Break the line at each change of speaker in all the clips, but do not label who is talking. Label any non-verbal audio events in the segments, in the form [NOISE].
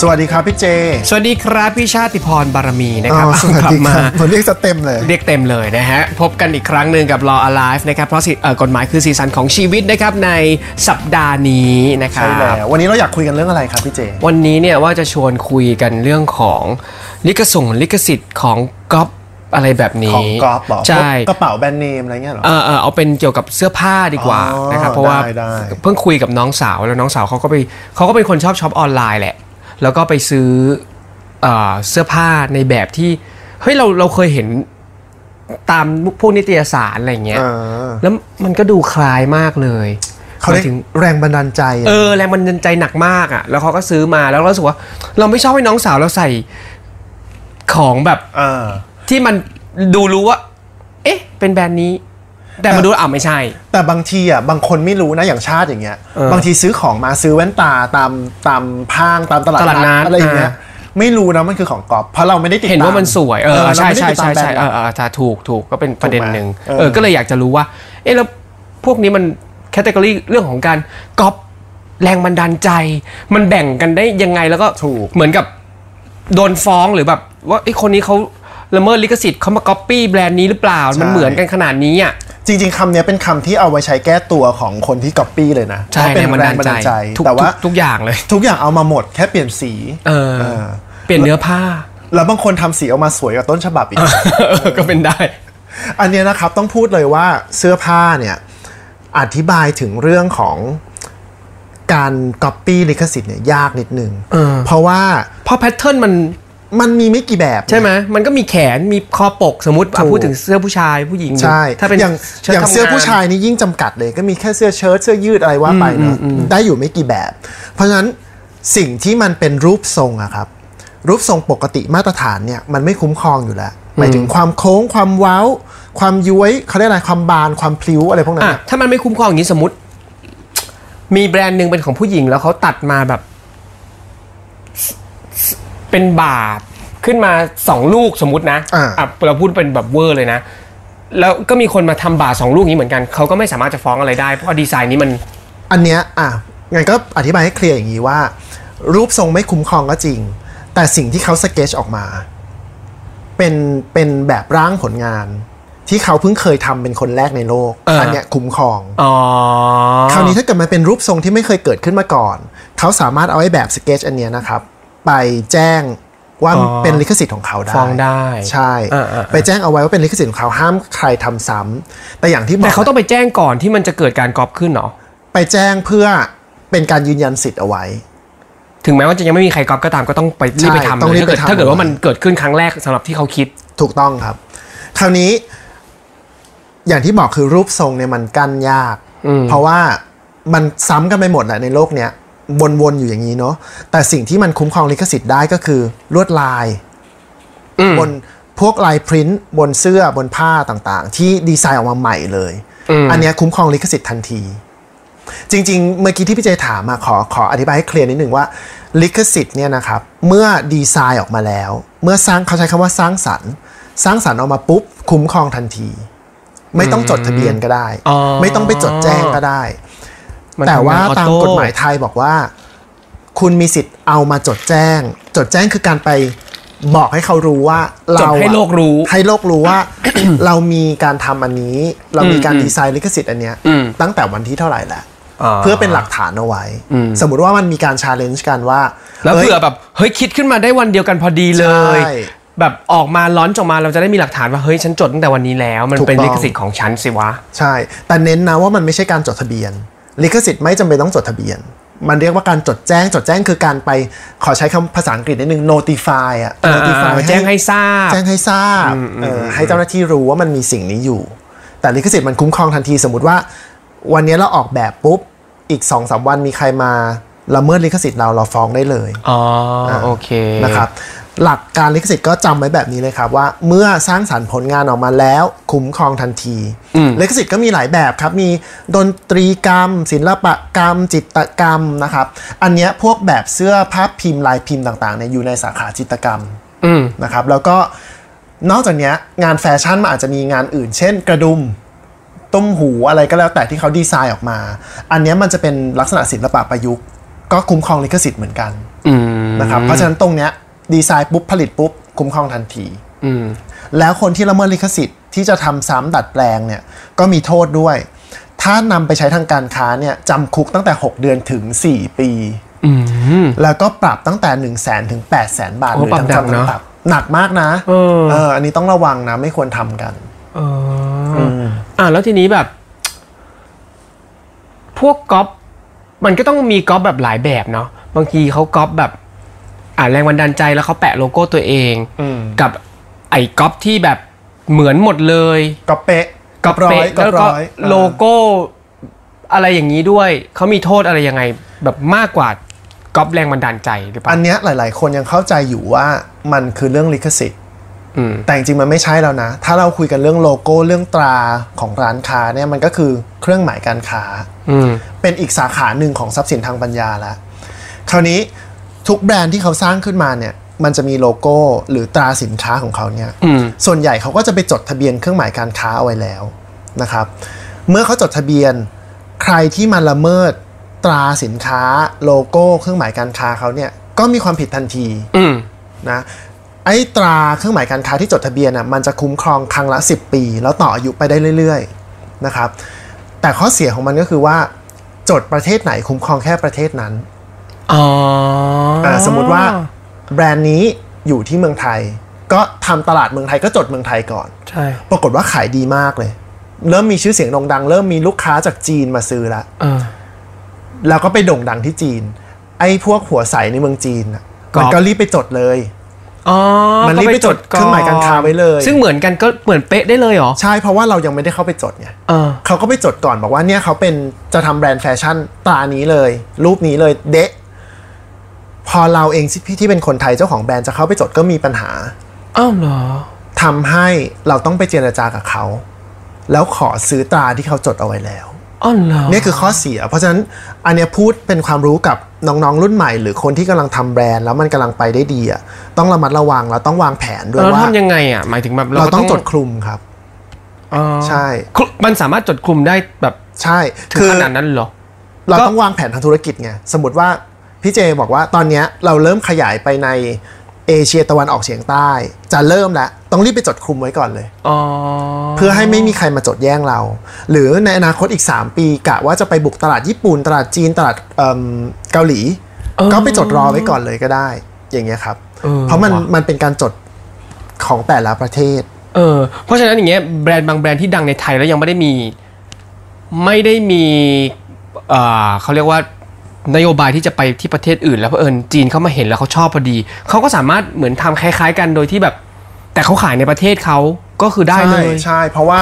สวัสดีครับพี่เจ
สวัสดีครับพี่ชาติพรบารมีนะครับ
อ๋อสวัส
กลั
ดี
มา
ครับผมเรียกสเต็มเลย
เรียกเต็มเลยนะฮะ พบกันอีกครั้งหนึ่งกับ Law Alive นะครับ เพราะสิเอ่อกฎหมายคือสีสันของชีวิตนะครับ ในสัปดาห์นี้นะครั
ใช่
บ
แล้ววันนี้เราอยากคุยกันเรื่องอะไรครับพี่เจ
วันนี้เนี่ยว่าจะชวนคุยกันเรื่องของลิขส่งลิขสิทธิ์ของก๊อปอะไรแบบนี้
ของกอล์ฟเหรอ
ใช่
กระเป๋าแบรนด์เนมอะไรเงี้ยเหรอ
เออเออเอาเป็นเกี่ยวกับเสื้อผ้าดีกว่า
อ๋อ
นะครับเพราะว่า
ได้ได้
เพิ่งคุยกับน้องสาวแล้วน้องสาวเขาก็ไปเขาก็เป็นคนชอบช็อปออนไลน์แหละ แล้วก็ไปซื้อเออเสื้อผ้าในแบบที่เฮ้ยเราเราเคยเห็นตามพวกนิตยสารอะไรเงี้ย
เออ
แล้วมันก็ดูคล้ายมากเลย
เขา
ห
ได้
มยถึง
แรงบันดาลใจอะ
เออแรงมันใจหนักมากอะ่ะ แล้วเขาก็ซื้อมาแล้วเรารู้สึกว่าเราไม่ชอบให้น้องสาวเราใส่ของแบบ
เออ
ที่มันดูรู้ว่า เอ๊ะ เป็นแบรนด์นี้ แต่มาดูแล้วอ่ะไม่ใช่
แต่บางทีอ่ะบางคนไม่รู้นะอย่างชาติอย่างเงี้ย
เออบ
างทีซื้อของมาซื้อแว่นตาตามตามห้างตามตลาด
ตลาดนัด
อะไรอย่างเงี้ย
อ่า
ไม่รู้นะมันคือของกอล์ฟเพราะเราไม่ได้ติดตาม
เห็นว่ามันสวย เออ
เรา
ใช่
ไม่ได้
ใช่
ติดตา
ใช่
มแบร
ใช่
นด์
เอ
หร
อ
อก
เออถ้าถูกถูกก็เป็นประเด็นหนึ่ง
ถูกไหม
เออ
เออ
ก็เลยอยากจะรู้ว่า เอ๊ะแล้วพวกนี้มันแคตตา o r y เรื่องของการก๊อปแรงบันดาลใจ มันแบ่งกันได้ยังไงแล้วก็
ถูก
เหมือนกับโดนฟ้องหรือแบบ ว่าไอ้ยคนนี้เขาละเมิดลิขสิทธิ์เขามาก๊อปปี้แบรนด์นี้หรือเปล่า มันเหมือนกันขนาดนี้อ่ะ
จริงๆคำเนี้ยเป็นคำที่เอาไว้ใช้แก้ตัวของคนที่ก๊อปปี้เลยนะ
ใช่
เพราะเป็นแร
แรงบันดาง ล
บัน
ใจ
ดาลใจ
ทุก
แต่ว่า
ทุกทุกอย่างเลย
ทุกอย่างเอามาหมดแค่เปลี่ยนสี
เออ
เออ
เปลี่ยนเนื้อผ้า [LAUGHS]
แล้วบางคนทำสีออกมาสวยกว่าต้นฉบับอีก
ก็เป็นได้
[LAUGHS] อันเนี้ยนะครับต้องพูดเลยว่าเสื้อผ้าเนี่ยอธิบายถึงเรื่องของการก๊อปปี้ลิขสิทธิ์เนี่ยยากนิดนึง
เออ
เพราะว่า
เพราะแพทเทิร์นมัน
มันมีไม่กี่แบบ
ใช่ไหมมันก็มีแขน มีคอปก สมมติอ่ะ
ถูก
พูดถึงเสื้อผู้ชายผู้หญิง
ใช่
ถ้าเป็น
อย่าง
ชิ้ต
อย่าง
ทำน
เสื้อผู้ชายนี่ยิ่งจำกัดเลย ก็มีแค่เสื้อเชิ้ตเสื้อยืดอะไรว่าไปเนอะได้อยู่ไม่กี่แบบ เพราะฉะนั้นสิ่งที่มันเป็นรูปทรงอะครับ รูปทรงปกติมาตรฐานเนี่ยมันไม่คุ้มครองอยู่แล้วหมายถึงความโค้งความเว้า ความย้วยเขาเรียกอะไรความบานความพลิ้วอะไรพวกนั้น
อ่ะ
อะ
ถ้ามันไม่คุ้มครองอย่างนี้สมมติ มีแบรนด์หนึ่งเป็นของผู้หญิงแล้วเขาตัดมาแบบสเป็นบาทขึ้นมาสองลูกสมมตินะ
อ่า
ะเราพูดเป็นแบบเวอร์เลยนะ แล้วก็มีคนมาทำบาทสองลูกนี้เหมือนกันเขาก็ไม่สามารถจะฟ้องอะไรได้เพราะดีไซน์นี้มัน
อันเนี้ยอ่ะงั้นก็อธิบายให้เคลียร์อย่างนี้ว่า รูปทรงไม่คุ้มครองก็จริง แต่สิ่งที่เขาสเกจออกมา เป็นเป็นแบบร่างผลงาน ที่เขาเพิ่งเคยทำเป็นคนแรกในโลก
เอออั
นเนี้ยคุ้มครอง
อ๋อ
คราวนี้ถ้าเกิดมันเป็นรูปทรงที่ไม่เคยเกิดขึ้นมาก่อน เขาสามารถเอาไอ้แบบสเกจอันเนี้ยนะครับ ไปแจ้งว่าเป็นลิขสิทธิ์ของเขาได้
ฟ้องได้
ใช่
อ่าอ่าอ่า
ไปแจ้งเอาไว้ว่าเป็นลิขสิทธิ์ของเขาห้ามใครทำซ้ำแต่อย่างที่บอก
แต่เขาต้องไปแจ้งก่อนที่มันจะเกิดการก๊อปขึ้นเนาะ
ไปแจ้งเพื่อเป็นการยืนยันสิทธิ์เอาไว้
ถึงแม้ว่าจะยังไม่มีใครก๊อปก็ตามก็ต้องไปรีบไปทำ
ต้องรี
เลย
บไปทำ
ถ้าเกิดถ้าเกิดว่ามันเกิดขึ้นครั้งแรกสำหรับที่เขาคิด
ถูกต้องครับ คราวนี้ อย่างที่บอกคือรูปทรงเนี่ยมันกั้นยาก เพราะว่ามันซ้ำกันไปหมดแหละในโลกเนี้ยวนๆอยู่อย่างนี้เนาะแต่สิ่งที่มันคุ้มครองลิขสิทธิ์ได้ก็คือลวดลายบนพวกลายพริ้นท์บนเสื้อบนผ้าต่างๆ ที่ดีไซน์ออกมาใหม่เลยอันเนี้ยคุ้มครองลิขสิทธิ์ทันที จริง ๆ เมื่อกี้ที่พี่เจถามมาขอขออธิบายให้เคลียร์นิดหนึ่งว่าลิขสิทธิ์เนี่ยนะครับ เมื่อดีไซน์ออกมาแล้ว เมื่อสร้างเขาใช้คำว่าสร้างสรรค์ สร้างสรรค์ออกมาปุ๊บ คุ้มครองทันที ไม่ต้องจดทะเบียนก็ได้
อ๋อ
ไม่ต้องไปจดแจ้งก็ได้
มัน
แต่ว่า
ทำงนออ
ตาม
โ
กฎหมายไทยบอกว่า คุณมีสิทธิ์เอามาจดแจ้ง จดแจ้งคือการไปบอกให้เขารู้ว่า
จ
เรา
ด
อะ
ให้โลกรู้
ให้โลกรู้
[COUGHS]
ว่า เรามีการทำอันนี้ เรามีการดีไซน์ลิขสิทธิ์อันเนี้ยตั้งแต่วันที่เท่าไหร่แล้ว เพื่อเป็นหลักฐานเอาไว้ สมมุติว่ามันมีการชาเลนจ์กันว่า
แล้ว
เอ้ย
เผื่อแบบเฮ้ยคิดขึ้นมาได้วันเดียวกันพอดีเลย
ใช่
แบบออกมาล้อนจออกมาเราจะได้มีหลักฐานว่าเฮ้ยฉันจดตั้งแต่วันนี้แล้ว มัน
ถูก
เป็น
ต้อง
ลิขสิทธิ์ของฉันสิวะ
ใช่ แต่เน้นนะว่ามันไม่ใช่การจดทะเบียน ลิขสิทธิ์ไม่จำเป็นต้องจดทะเบียน มันเรียกว่าการจดแจ้ง จดแจ้งคือการไปขอใช้คำภาษาอังกฤษนิดนึง notify อะ
อ่า
notify
แจ้งให้ทราบ
แจ้งให้ทราบเออให้เจ้าหน้าที่รู้ว่ามันมีสิ่งนี้อยู่ แต่ลิขสิทธิ์มันคุ้มครองทันทีสมมติว่า วันนี้เราออกแบบปุ๊บอีก2อสวันมีใครมาละเมิดลิขสิทธิ์เราเราฟ้องได้เลย
อ๋อโอเค
นะครับหลักการลิขสิทธิ์ก็จำไว้แบบนี้เลยครับว่า เมื่อสร้างสรรค์ผลงานออกมาแล้วคุ้มครองทันที ลิขสิทธิ์ก็มีหลายแบบครับ มีดนตรีกรรม ศิลปกรรม จิตรกรรมนะครับ อันเนี้ยพวกแบบเสื้อภาพพิมพ์ลายพิมพ์ต่างๆเนี่ยอยู่ในสาขาจิตรกรรม
อืม
นะครับ แล้วก็นอกจากเนี้ยงานแฟชั่นมันอาจจะมีงานอื่น เช่น กระดุมตุ้มหูอะไรก็แล้วแต่ที่เขาดีไซน์ออกมา อันเนี้ยมันจะเป็นลักษณะศิลปะประยุกต์ ก็คุ้มครองลิขสิทธิ์เหมือนกันนะครับเพราะฉะนั้นตรงเนี้ยดีไซน์ปุ๊บผลิตปุ๊บคุ้มครองทันที
อืม
แล้วคนที่ละเมิดลิขสิทธิ์ที่จะทำซ้ำดัดแปลงเนี่ยก็มีโทษด้วย ถ้านำไปใช้ทางการค้าเนี่ยจำคุกตั้งแต่ 6 เดือนถึง 4 ปี
อืม
แล้วก็ปรับตั้งแต่ 1 0 0 0 0แสนถึง8 0 0แสนบาท
โอ้
หรือทั้ง
ปรับ
จำทั้ง
หนักเนอะ
ปรับหนักมากนะ
เออ
เอออันนี้ต้องระวังนะไม่ควรทำกัน
เออออ่าแล้วทีนี้แบบ พวกก๊อปมันก็ต้องมีก๊อปแบบหลายแบบเนาะบางทีเขาก๊อปแบบ อ่าแรงบันดาลใจแล้วเขาแปะโลโก้ตัวเอง
อืม
กับไอ้ก๊อปที่แบบเหมือนหมดเลย
ก็เป๊ะ
ก๊อป
ร้อ
เป๊ะ
ยก็
แล้วก็
ร้อย
โลโก้อะไรอย่างนี้ด้วย เขามีโทษอะไรยังไง แบบมากกว่าก๊อปแรงบันดาลใจหรือเปล่า
อันเนี้ยหลาย ๆ คนยังเข้าใจอยู่ว่ามันคือเรื่องลิขสิทธิ์
อืม
แต่จริงๆมันไม่ใช่แล้วนะ ถ้าเราคุยกันเรื่องโลโก้เรื่องตราของร้านค้าเนี่ยมันก็คือเครื่องหมายการค้า
อืม
เป็นอีกสาขาหนึ่งของทรัพย์สินทางปัญญาแล้วคราวนี้ทุกแบรนด์ที่เขาสร้างขึ้นมาเนี่ย มันจะมีโลโก้หรือตราสินค้าของเขาเนี่ย
อืม
ส่วนใหญ่เขาก็จะไปจดทะเบียนเครื่องหมายการค้าเอาไว้แล้วนะครับ เมื่อเขาจดทะเบียนใครที่มาละเมิดตราสินค้าโลโก้เครื่องหมายการค้าเขาเนี่ยก็มีความผิดทันที
อืม
นะไอ้ตราเครื่องหมายการค้าที่จดทะเบียนอ่ะมันจะคุ้มครองครั้งละ 10 ปี แล้วต่ออายุไปได้เรื่อยๆนะครับ แต่ข้อเสียของมันก็คือว่า จดประเทศไหนคุ้มครองแค่ประเทศนั้น
อ๋ออ
อ่าสมมุติว่าแบรนด์นี้อยู่ที่เมืองไทย ก็ทำตลาดเมืองไทยก็จดเมืองไทยก่อน
ใช่
ปรากฏว่าขายดีมากเลย เริ่มมีชื่อเสียงโด่งดัง เริ่มมีลูกค้าจากจีนมาซื้อละ
เออ
แล้วก็ไปโด่งดังที่จีน ไอ้พวกหัวใสในเมืองจีนน่ะ
ก๊อป
มันก็รีบไปจดเลย
อ๋อ
มันรีบไปจดเครื่องหมายการค้าไว้เลย
ซึ่งเหมือนกันก็เหมือนเป๊ะได้เลยเหรอ
ใช่เพราะว่าเรายังไม่ได้เข้าไปจดไง
เออ
เขาก็ไปจดก่อนบอกว่าเนี่ยเขาเป็นจะทำแบรนด์แฟชั่นตรานี้เลย รูปนี้เลยเดะพอเราเองที่ที่เป็นคนไทยเจ้าของแบรนด์จะเข้าไปจดก็มีปัญหา
อ้าวเหรอ
ทำให้เราต้องไปเจรจากับเขา แล้วขอซื้อตราที่เขาจดเอาไว้แล้ว
อ้าวเหรอ
เนี่ยคือข้อเสีย เพราะฉะนั้นอันเนี้ยพูดเป็นความรู้กับน้องๆรุ่นใหม่ หรือคนที่กำลังทำแบรนด์แล้วมันกำลังไปได้ดีอ่ะต้องระมัดระวังเราต้องวางแผนด้วย
เรา
ว่า
ทำยังไงอ่ะ หมายถึงแบบ
เรา
ก็
ต้องจดคลุมครับ
อ๋อ
ใช่
คลุมันสามารถจดคลุมได้แบบ
ใช่
ถึง
คือ
ขนาดนั้นเหรอ
เราต้องวางแผนทางธุรกิจไงสมมติว่าพี่เจบอกว่าตอนเนี้ยเราเริ่มขยายไปในเอเชียตะวันออกเฉียงใต้ จะเริ่มแล้วต้องรีบไปจดคลุมไว้ก่อนเลย
อ๋อ
เพื่อให้ไม่มีใครมาจดแย่งเรา หรือในอนาคตอีก 3 ปีกะว่าจะไปบุกตลาดญี่ปุ่น ตลาดจีน ตลาดเอิ่มเกาหลี ก็ไปจดรอไว้ก่อนเลยก็ได้ อย่างเงี้ยครับ
ออ
เพราะมัน
ว่
มันเป็นการจดของแต่ละประเทศ
เออ เพราะฉะนั้นอย่างเงี้ยแบรนด์บางแบรนด์ที่ดังในไทยแล้วยังไม่ได้มี ไม่ได้มีเอ่อเขาเรียกว่านโยบายที่จะไปที่ประเทศอื่น แล้วเผอิญจีนเข้ามาเห็นแล้วเขาชอบพอดีเขาก็สามารถเหมือนทำคล้าย ๆ กันโดยที่แบบ แต่เขาขายในประเทศเขาก็คือได้เลย
ใช่ใช่ เพราะว่า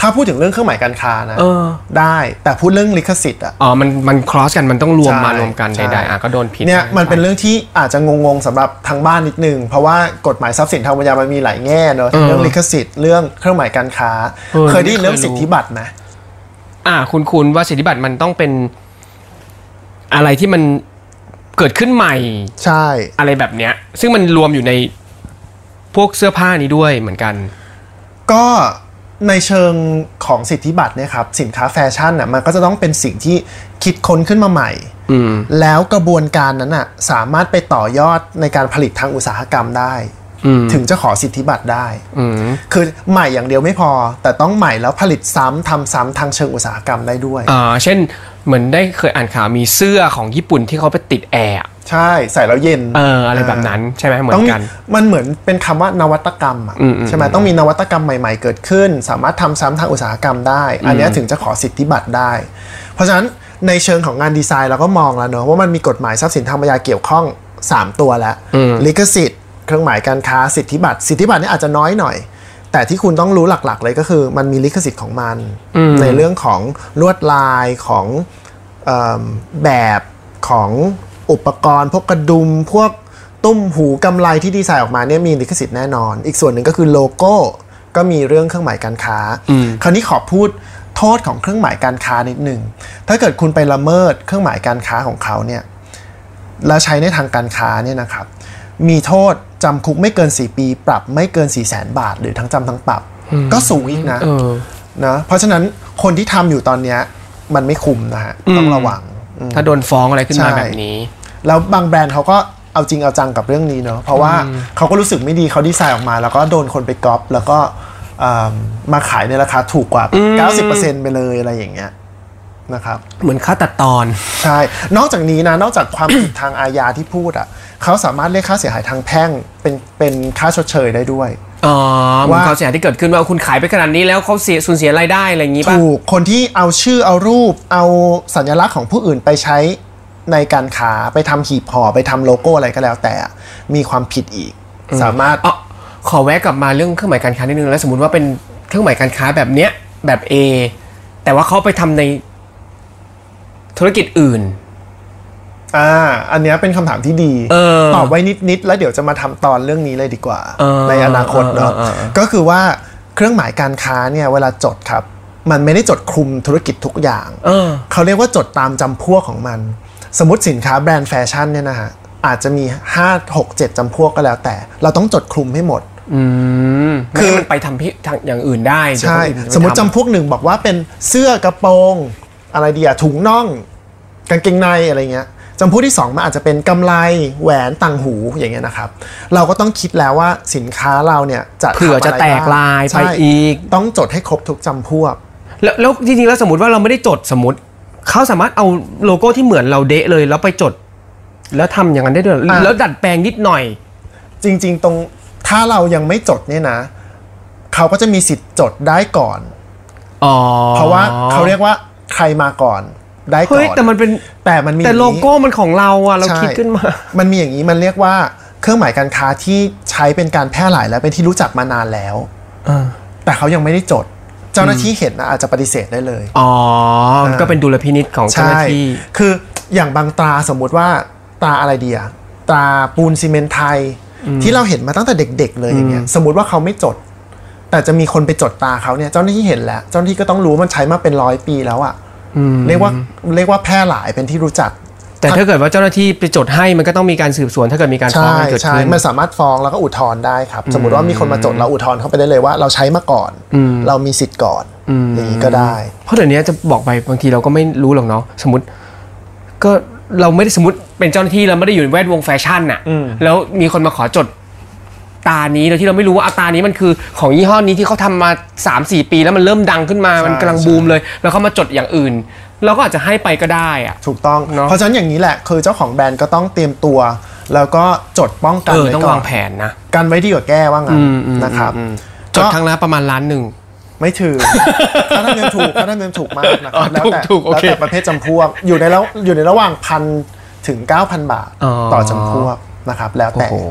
ถ้าพูดถึงเรื่องเครื่องหมายการค้านะ
เออ
ได้แต่พูดเรื่องลิขสิทธิ์อ่ะ
อ๋อ มัน มัน cross กัน มันต้องรวม
ใช่
มารวมกัน
ใช่
ใดๆอ่ะก็โดนผิด
เนี่ยมันเป็นเรื่องที่อาจจะงงๆสำหรับทางบ้านนิดนึง เพราะว่ากฎหมายทรัพย์สินทางปัญญามันมีหลายแง่เนอะทั้งเรื่องลิขสิทธิ์เรื่องเครื่องหมายการค้า เคยได้ยินเรื่องสิทธิบัตรไหม
อ่ะคุณคุณว่าสิทธิบัตรมันต้องเป็น อะไรที่มันเกิดขึ้นใหม่
ใช่
อะไรแบบเนี้ย ซึ่งมันรวมอยู่ในพวกเสื้อผ้านี้ด้วยเหมือนกัน
ก็ในเชิงของสิทธิบัตรเนี่ยครับสินค้าแฟชั่นน่ะมันก็จะต้องเป็นสิ่งที่คิดค้นขึ้นมาใหม่
อืม
แล้วกระบวนการนั้นน่ะสามารถไปต่อยอดในการผลิตทางอุตสาหกรรมได้
อืม
ถึงจะขอสิทธิบัตรได้
อืม
คือใหม่อย่างเดียวไม่พอ แต่ต้องใหม่แล้วผลิตซ้ำทำซ้ำทางเชิงอุตสาหกรรมได้ด้วย
อ่า เช่น เหมือนได้เคยอ่านข่าวมีเสื้อของญี่ปุ่นที่เขาไปติดแอร์อะ
ใช่ใส่แล้วเย็น
เออ อะไรแบบนั้น ใช่ไหมเหมือ
ต้อนงมี
กัน
มันเหมือนเป็นคำว่านวัตกรรมอะ
อืมอืม
ใช่ไหมต้องมีนวัตกรรมใหม่ ๆ เกิดขึ้น สามารถทำซ้ำทางอุตสาหกรรมได้ อันเนี้ยถึงจะขอสิทธิบัตรได้ เพราะฉะนั้นในเชิงของงานดีไซน์เราก็มองแล้วเนอะว่ามันมีกฎหมายทรัพย์สินทางปัญญาเกี่ยวข้อง 3 ตัวแล้วลิขสิทธิ์ เครื่องหมายการค้าสิทธิบัตรสิทธิบัตรเนี่ยอาจจะน้อยหน่อย แต่ที่คุณต้องรู้หลักๆ เลยก็คือ มันมีลิขสิทธิ์ของมัน ในเรื่องของลวดลายของเอมแบบของอุปกรณ์ พวกกระดุมพวกตุ้มหูกำไลที่ดีไซน์ออกมาเนี่ยมีลิขสิทธิ์แน่นอน อีกส่วนหนึ่งก็คือโลโก้ก็มีเรื่องเครื่องหมายการค้า คราวนี้ขอพูดโทษของเครื่องหมายการค้านิดหนึ่งถ้าเกิดคุณไปละเมิดเครื่องหมายการค้าของเขาเนี่ย แล้วใช้ในทางการค้าเนี่ยนะครับ มีโทษ จำคุกไม่เกิน 4 ปี ปรับไม่เกิน 4 0 0แสนบาท หรือทั้งจำทั้งปรับ ก็สูงอีกนะ
เออ
นะเพราะฉะนั้นคนที่ทำอยู่ตอนเนี้ยมันไม่คุ้มนะฮะต้องระวังอืม
ถ้าโดนฟ้องอะไรขึ้นมา
ใช่
แบบนี้
แล้วบางแบรนด์เขาก็เอาจริงเอาจังกับเรื่องนี้เนาะเพราะว่าเขาก็รู้สึกไม่ดีเขาดีไซน์ออกมา แล้วก็โดนคนไปก๊อปแล้วก็เอิ่มมาขายในราคาถูกกว่า 90%ไปเลยอะไรอย่างเงี้ยนะครับ
เหมือนค่าตัดตอน
ใช่ นอกจากนี้นะ นอกจากความ ผิดทางอาญาที่พูดอ่ะเขาสามารถเรียกค่าเสียหายทางแพ่งเป็นเป็นค่าชดเชยได้ด้วย
อ๋อเหมือน
ว่า
ความเสียหายที่เกิดขึ้นว่าคุณขายไปขนาดนี้แล้วเขาเสียสูญเสียรายได้อะไรอย่างนี้ป่ะ
ถูกคนที่เอาชื่อเอารูป เอาสัญลักษณ์ของผู้อื่นไปใช้ในการค้าไปทำหีบห่อไปทำโลโก้อะไรก็แล้วแต่อะมีความผิดอีก สามารถ
อ๋อขอแวะกลับมาเรื่องเครื่องหมายการค้านิดนึงแล้วสมมติว่าเป็นเครื่องหมายการค้าแบบเนี้ยแบบ A แต่ว่าเขาไปทำในธุรกิจอื่น
อ่า อันเนี้ยเป็นคำถามที่ดี
เออ
ตอบไว้นิด ๆ แล้วเดี๋ยวจะมาทำตอนเรื่องนี้เลยดีกว่า
เออ
ในอนาคตเนาะ
เออเออเออ
ก็คือว่าเครื่องหมายการค้าเนี่ยเวลาจดครับ มันไม่ได้จดคลุมธุรกิจทุกอย่าง
เออ
เขาเรียกว่าจดตามจำพวกของมัน สมมติสินค้าแบรนด์แฟชั่นเนี่ยนะฮะ อาจจะมี 5 6 7จำพวกก็แล้วแต่ เราต้องจดคลุมให้หมด
อืม
คื
คือ อมันไปทำพิทางอย่างอื่นได้เดี๋ยว
ใช่
คนอื่นจะไป
สมมติ
ทำ
จำพวกหนึ่งบอกว่าเป็นเสื้อกระโปรง อะไรดีอะถุงน่อง กางเกงในอะไรเงี้ยจำพวกที่สองมันอาจจะเป็นกำไรแหวนต่างหูอย่างเงี้ยนะครับ เราก็ต้องคิดแล้วว่าสินค้าเราเนี่ยจะ
เผื่อจะ
ทำไร
แต
บ้
ก
ง
ลายไป
ใช่
อีก
ต้องจดให้ครบทุกจำพวก
แล้วแล้วจริงๆแล้วสมมติว่าเราไม่ได้จดสมมติเขาสามารถเอาโลโก้ที่เหมือนเราเดะเลยแล้วไปจด แล้วทำอย่างนั้นได้ด้วยเหรอ
อ่ะ
แล้วดัดแปลงนิดหน่อย
จริง ๆ ตรงถ้าเรายังไม่จดเนี่ยนะ เขาก็จะมีสิทธิ์จดได้ก่อน
อ๋อ
เพราะว่าเขาเรียกว่าใครมาก่อนได้ก่
เฮ้ย
อน
แต่มันเป็น
แต่มันมี
แต่โล
อย่างนี้
โก้มันของเราอะเรา
ใช่
คิดขึ้นมา
มันมีอย่างนี้มันเรียกว่าเครื่องหมายการค้าที่ใช้เป็นการแพร่หลายและเป็นที่รู้จักมานานแล้ว แต่เขายังไม่ได้จด เจ้าหน้าที่เห็นนะอาจจะปฏิเสธได้เลย
อ๋อ มันก็เป็นดุลพินิษของเจ้าห
ใช่
น้าที่
คืออย่างบางตราสมมุติว่าตราอะไรดีอะตราปูนซีเมนต์ไทย ที่เราเห็นมาตั้งแต่เด็ก ๆ เลยอย่างเงี้ยสมมติว่าเขาไม่จด แต่จะมีคนไปจดตราเขาเนี่ยเจ้าหน้าที่เห็นแล้ว เจ้าหน้าที่ก็ต้องรู้ว่ามันใช้มาเป็นร้อยปีแล้วอะเรียกว่าเรียกว่าแพร่หลายเป็นที่รู้จัก
แต่ถ้าเกิดว่าเจ้าหน้าที่ไปจดให้มันก็ต้องมีการสืบสวน ถ้าเกิดมีการฟ้อง
ใช่
กันเกิด
ใช่
ขึ้น
มันสามารถฟ้องแล้วก็อุทธรณ์ได้ครับ สมมติว่ามีคนมาจดเราอุทธรณ์เข้าไปได้เลยว่าเราใช้มาก่อน เรามีสิทธิ์ก่อนอย่างนี้ก็ได้
เพราะเดี๋ยวนี้จะบอกไปบางทีเราก็ไม่รู้หรอกเนาะสมมติ ก็เราไม่ได้สมมติเป็นเจ้าหน้าที่เราไม่ได้อยู่ในแวดวงแฟชั่นน่ะ แล้วมีคนมาขอจดตานี้โดยที่เราไม่รู้ว่าอาตานี้มันคือของยี่ห้อนี้ที่เขาทำมา 3 4 ปี แล้วมันเริ่มดังขึ้นมามันกำลังบูมเลย แล้วเขามาจดอย่างอื่น เราก็อาจจะให้ไปก็ได้อะ
ถูกต้อง
เนอะ
เพราะฉะนั้นอย่างนี้แหละ คือเจ้าของแบรนด์ก็ต้องเตรียมตัว แล้วก็จดป้องกัน
เออ
ไว้
ต้อง
ก่อ
วาน งแผนนะ
กันไว้ดีกว่าแก้ว่างั้นนะครับ
จด
ก็
ครั้งละประมาณล้านหนึ่ง
ไม่ถือ ถ้าท่านเงินถูกถ้าท่านเงินถูกมากนะครั
อ๋อบ
แล้วแต่
ถูกถูกโอ
แล้ว
เค
แต่ประเภทจำพวกอยู่ในแล้วอยู่ในระหว่างพันถึง 9,000 บาทต่อจำพวกนะครับ แล้วแต่
โอ้โห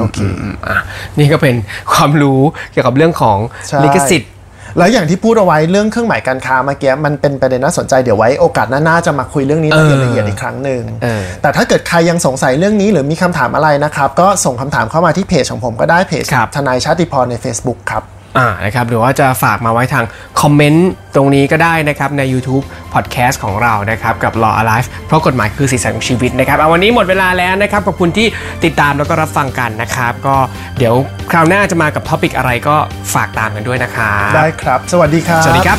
โอเคอ่ะนี่ก็เป็นความรู้เกี่ยวกับเรื่องของ
ใช่
ลิขสิทธิ์
แล้วอย่างที่พูดเอาไว้เรื่องเครื่องหมายการค้าเมื่อกี้มันเป็นประเด็นน่าสนใจเดี๋ยวไว้โอกาสหน้าๆจะมาคุยเรื่องนี้ในรายละเอียดอีกครั้งหนึ่ง
เออ
แต่ถ้าเกิดใครยังสงสัยเรื่องนี้หรือมีคำถามอะไรนะครับ ก็ส่งคำถามเข้ามาที่เพจของผมก็ได้เพจ
ครับ
ทนายชาติพรใน Facebook ครับ
อ่านะครับหรือว่าจะฝากมาไว้ทางคอมเมนต์ตรงนี้ก็ได้นะครับใน YouTube Podcast ของเรานะครับกับ Law Alive เพราะกฎหมายคือสีสันของชีวิตนะครับเอาวันนี้หมดเวลาแล้วนะครับขอบคุณที่ติดตามแล้วก็รับฟังกันนะครับ ก็เดี๋ยวคราวหน้าจะมากับท็อปิกอะไรก็ฝากตามกันด้วยนะครับ
ได้ครับ สวัสดีครับ
สวัสดีครับ